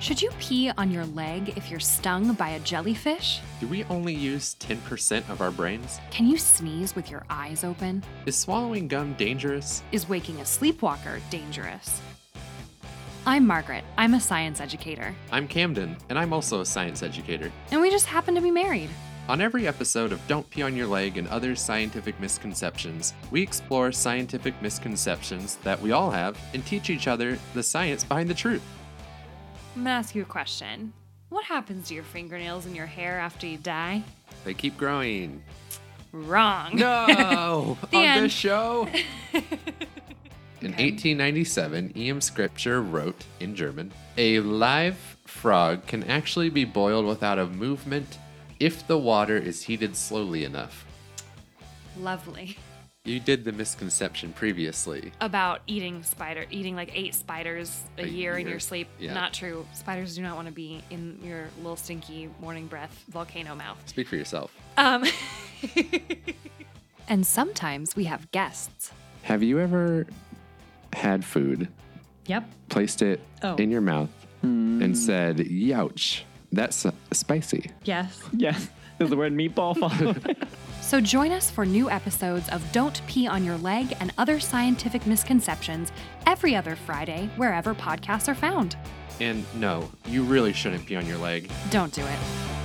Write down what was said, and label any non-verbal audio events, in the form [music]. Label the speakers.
Speaker 1: Should you pee on your leg if you're stung by a jellyfish?
Speaker 2: Do we only use 10% of our brains?
Speaker 1: Can you sneeze with your eyes open?
Speaker 2: Is swallowing gum dangerous?
Speaker 1: Is waking a sleepwalker dangerous? I'm Margaret. I'm a science educator.
Speaker 2: I'm Camden, and I'm also a science educator.
Speaker 1: And we just happen to be married.
Speaker 2: On every episode of Don't Pee on Your Leg and Other Scientific Misconceptions, we explore scientific misconceptions that we all have and teach each other the science behind the truth.
Speaker 1: I'm gonna ask you a question. What happens to your fingernails and your hair after you die?
Speaker 2: They keep growing.
Speaker 1: Wrong.
Speaker 2: No!
Speaker 1: [laughs] The
Speaker 2: on
Speaker 1: end.
Speaker 2: this show! In 1897, E.M. Scripture wrote in German A live frog can actually be boiled without a movement if the water is heated slowly enough.
Speaker 1: Lovely.
Speaker 2: You did the misconception previously.
Speaker 1: About eating spider, eating like eight spiders a,
Speaker 2: A
Speaker 1: year, in
Speaker 2: year.
Speaker 1: your sleep.
Speaker 2: Yeah.
Speaker 1: Not true. Spiders do not want to be in your little stinky morning breath volcano mouth.
Speaker 2: Speak for yourself.
Speaker 1: Um. and sometimes we have guests.
Speaker 2: Have you ever had food,
Speaker 1: Yep.
Speaker 2: placed it
Speaker 1: Oh. Mm.
Speaker 2: in your mouth, and said, Youch, that's spicy?
Speaker 1: Yes.
Speaker 3: [laughs] Yes. Does the word meatball follow?
Speaker 1: So join us for new episodes of Don't Pee on Your Leg and Other Scientific Misconceptions every other Friday, wherever podcasts are found.
Speaker 2: And no, you really shouldn't pee on your leg.
Speaker 1: Don't do it.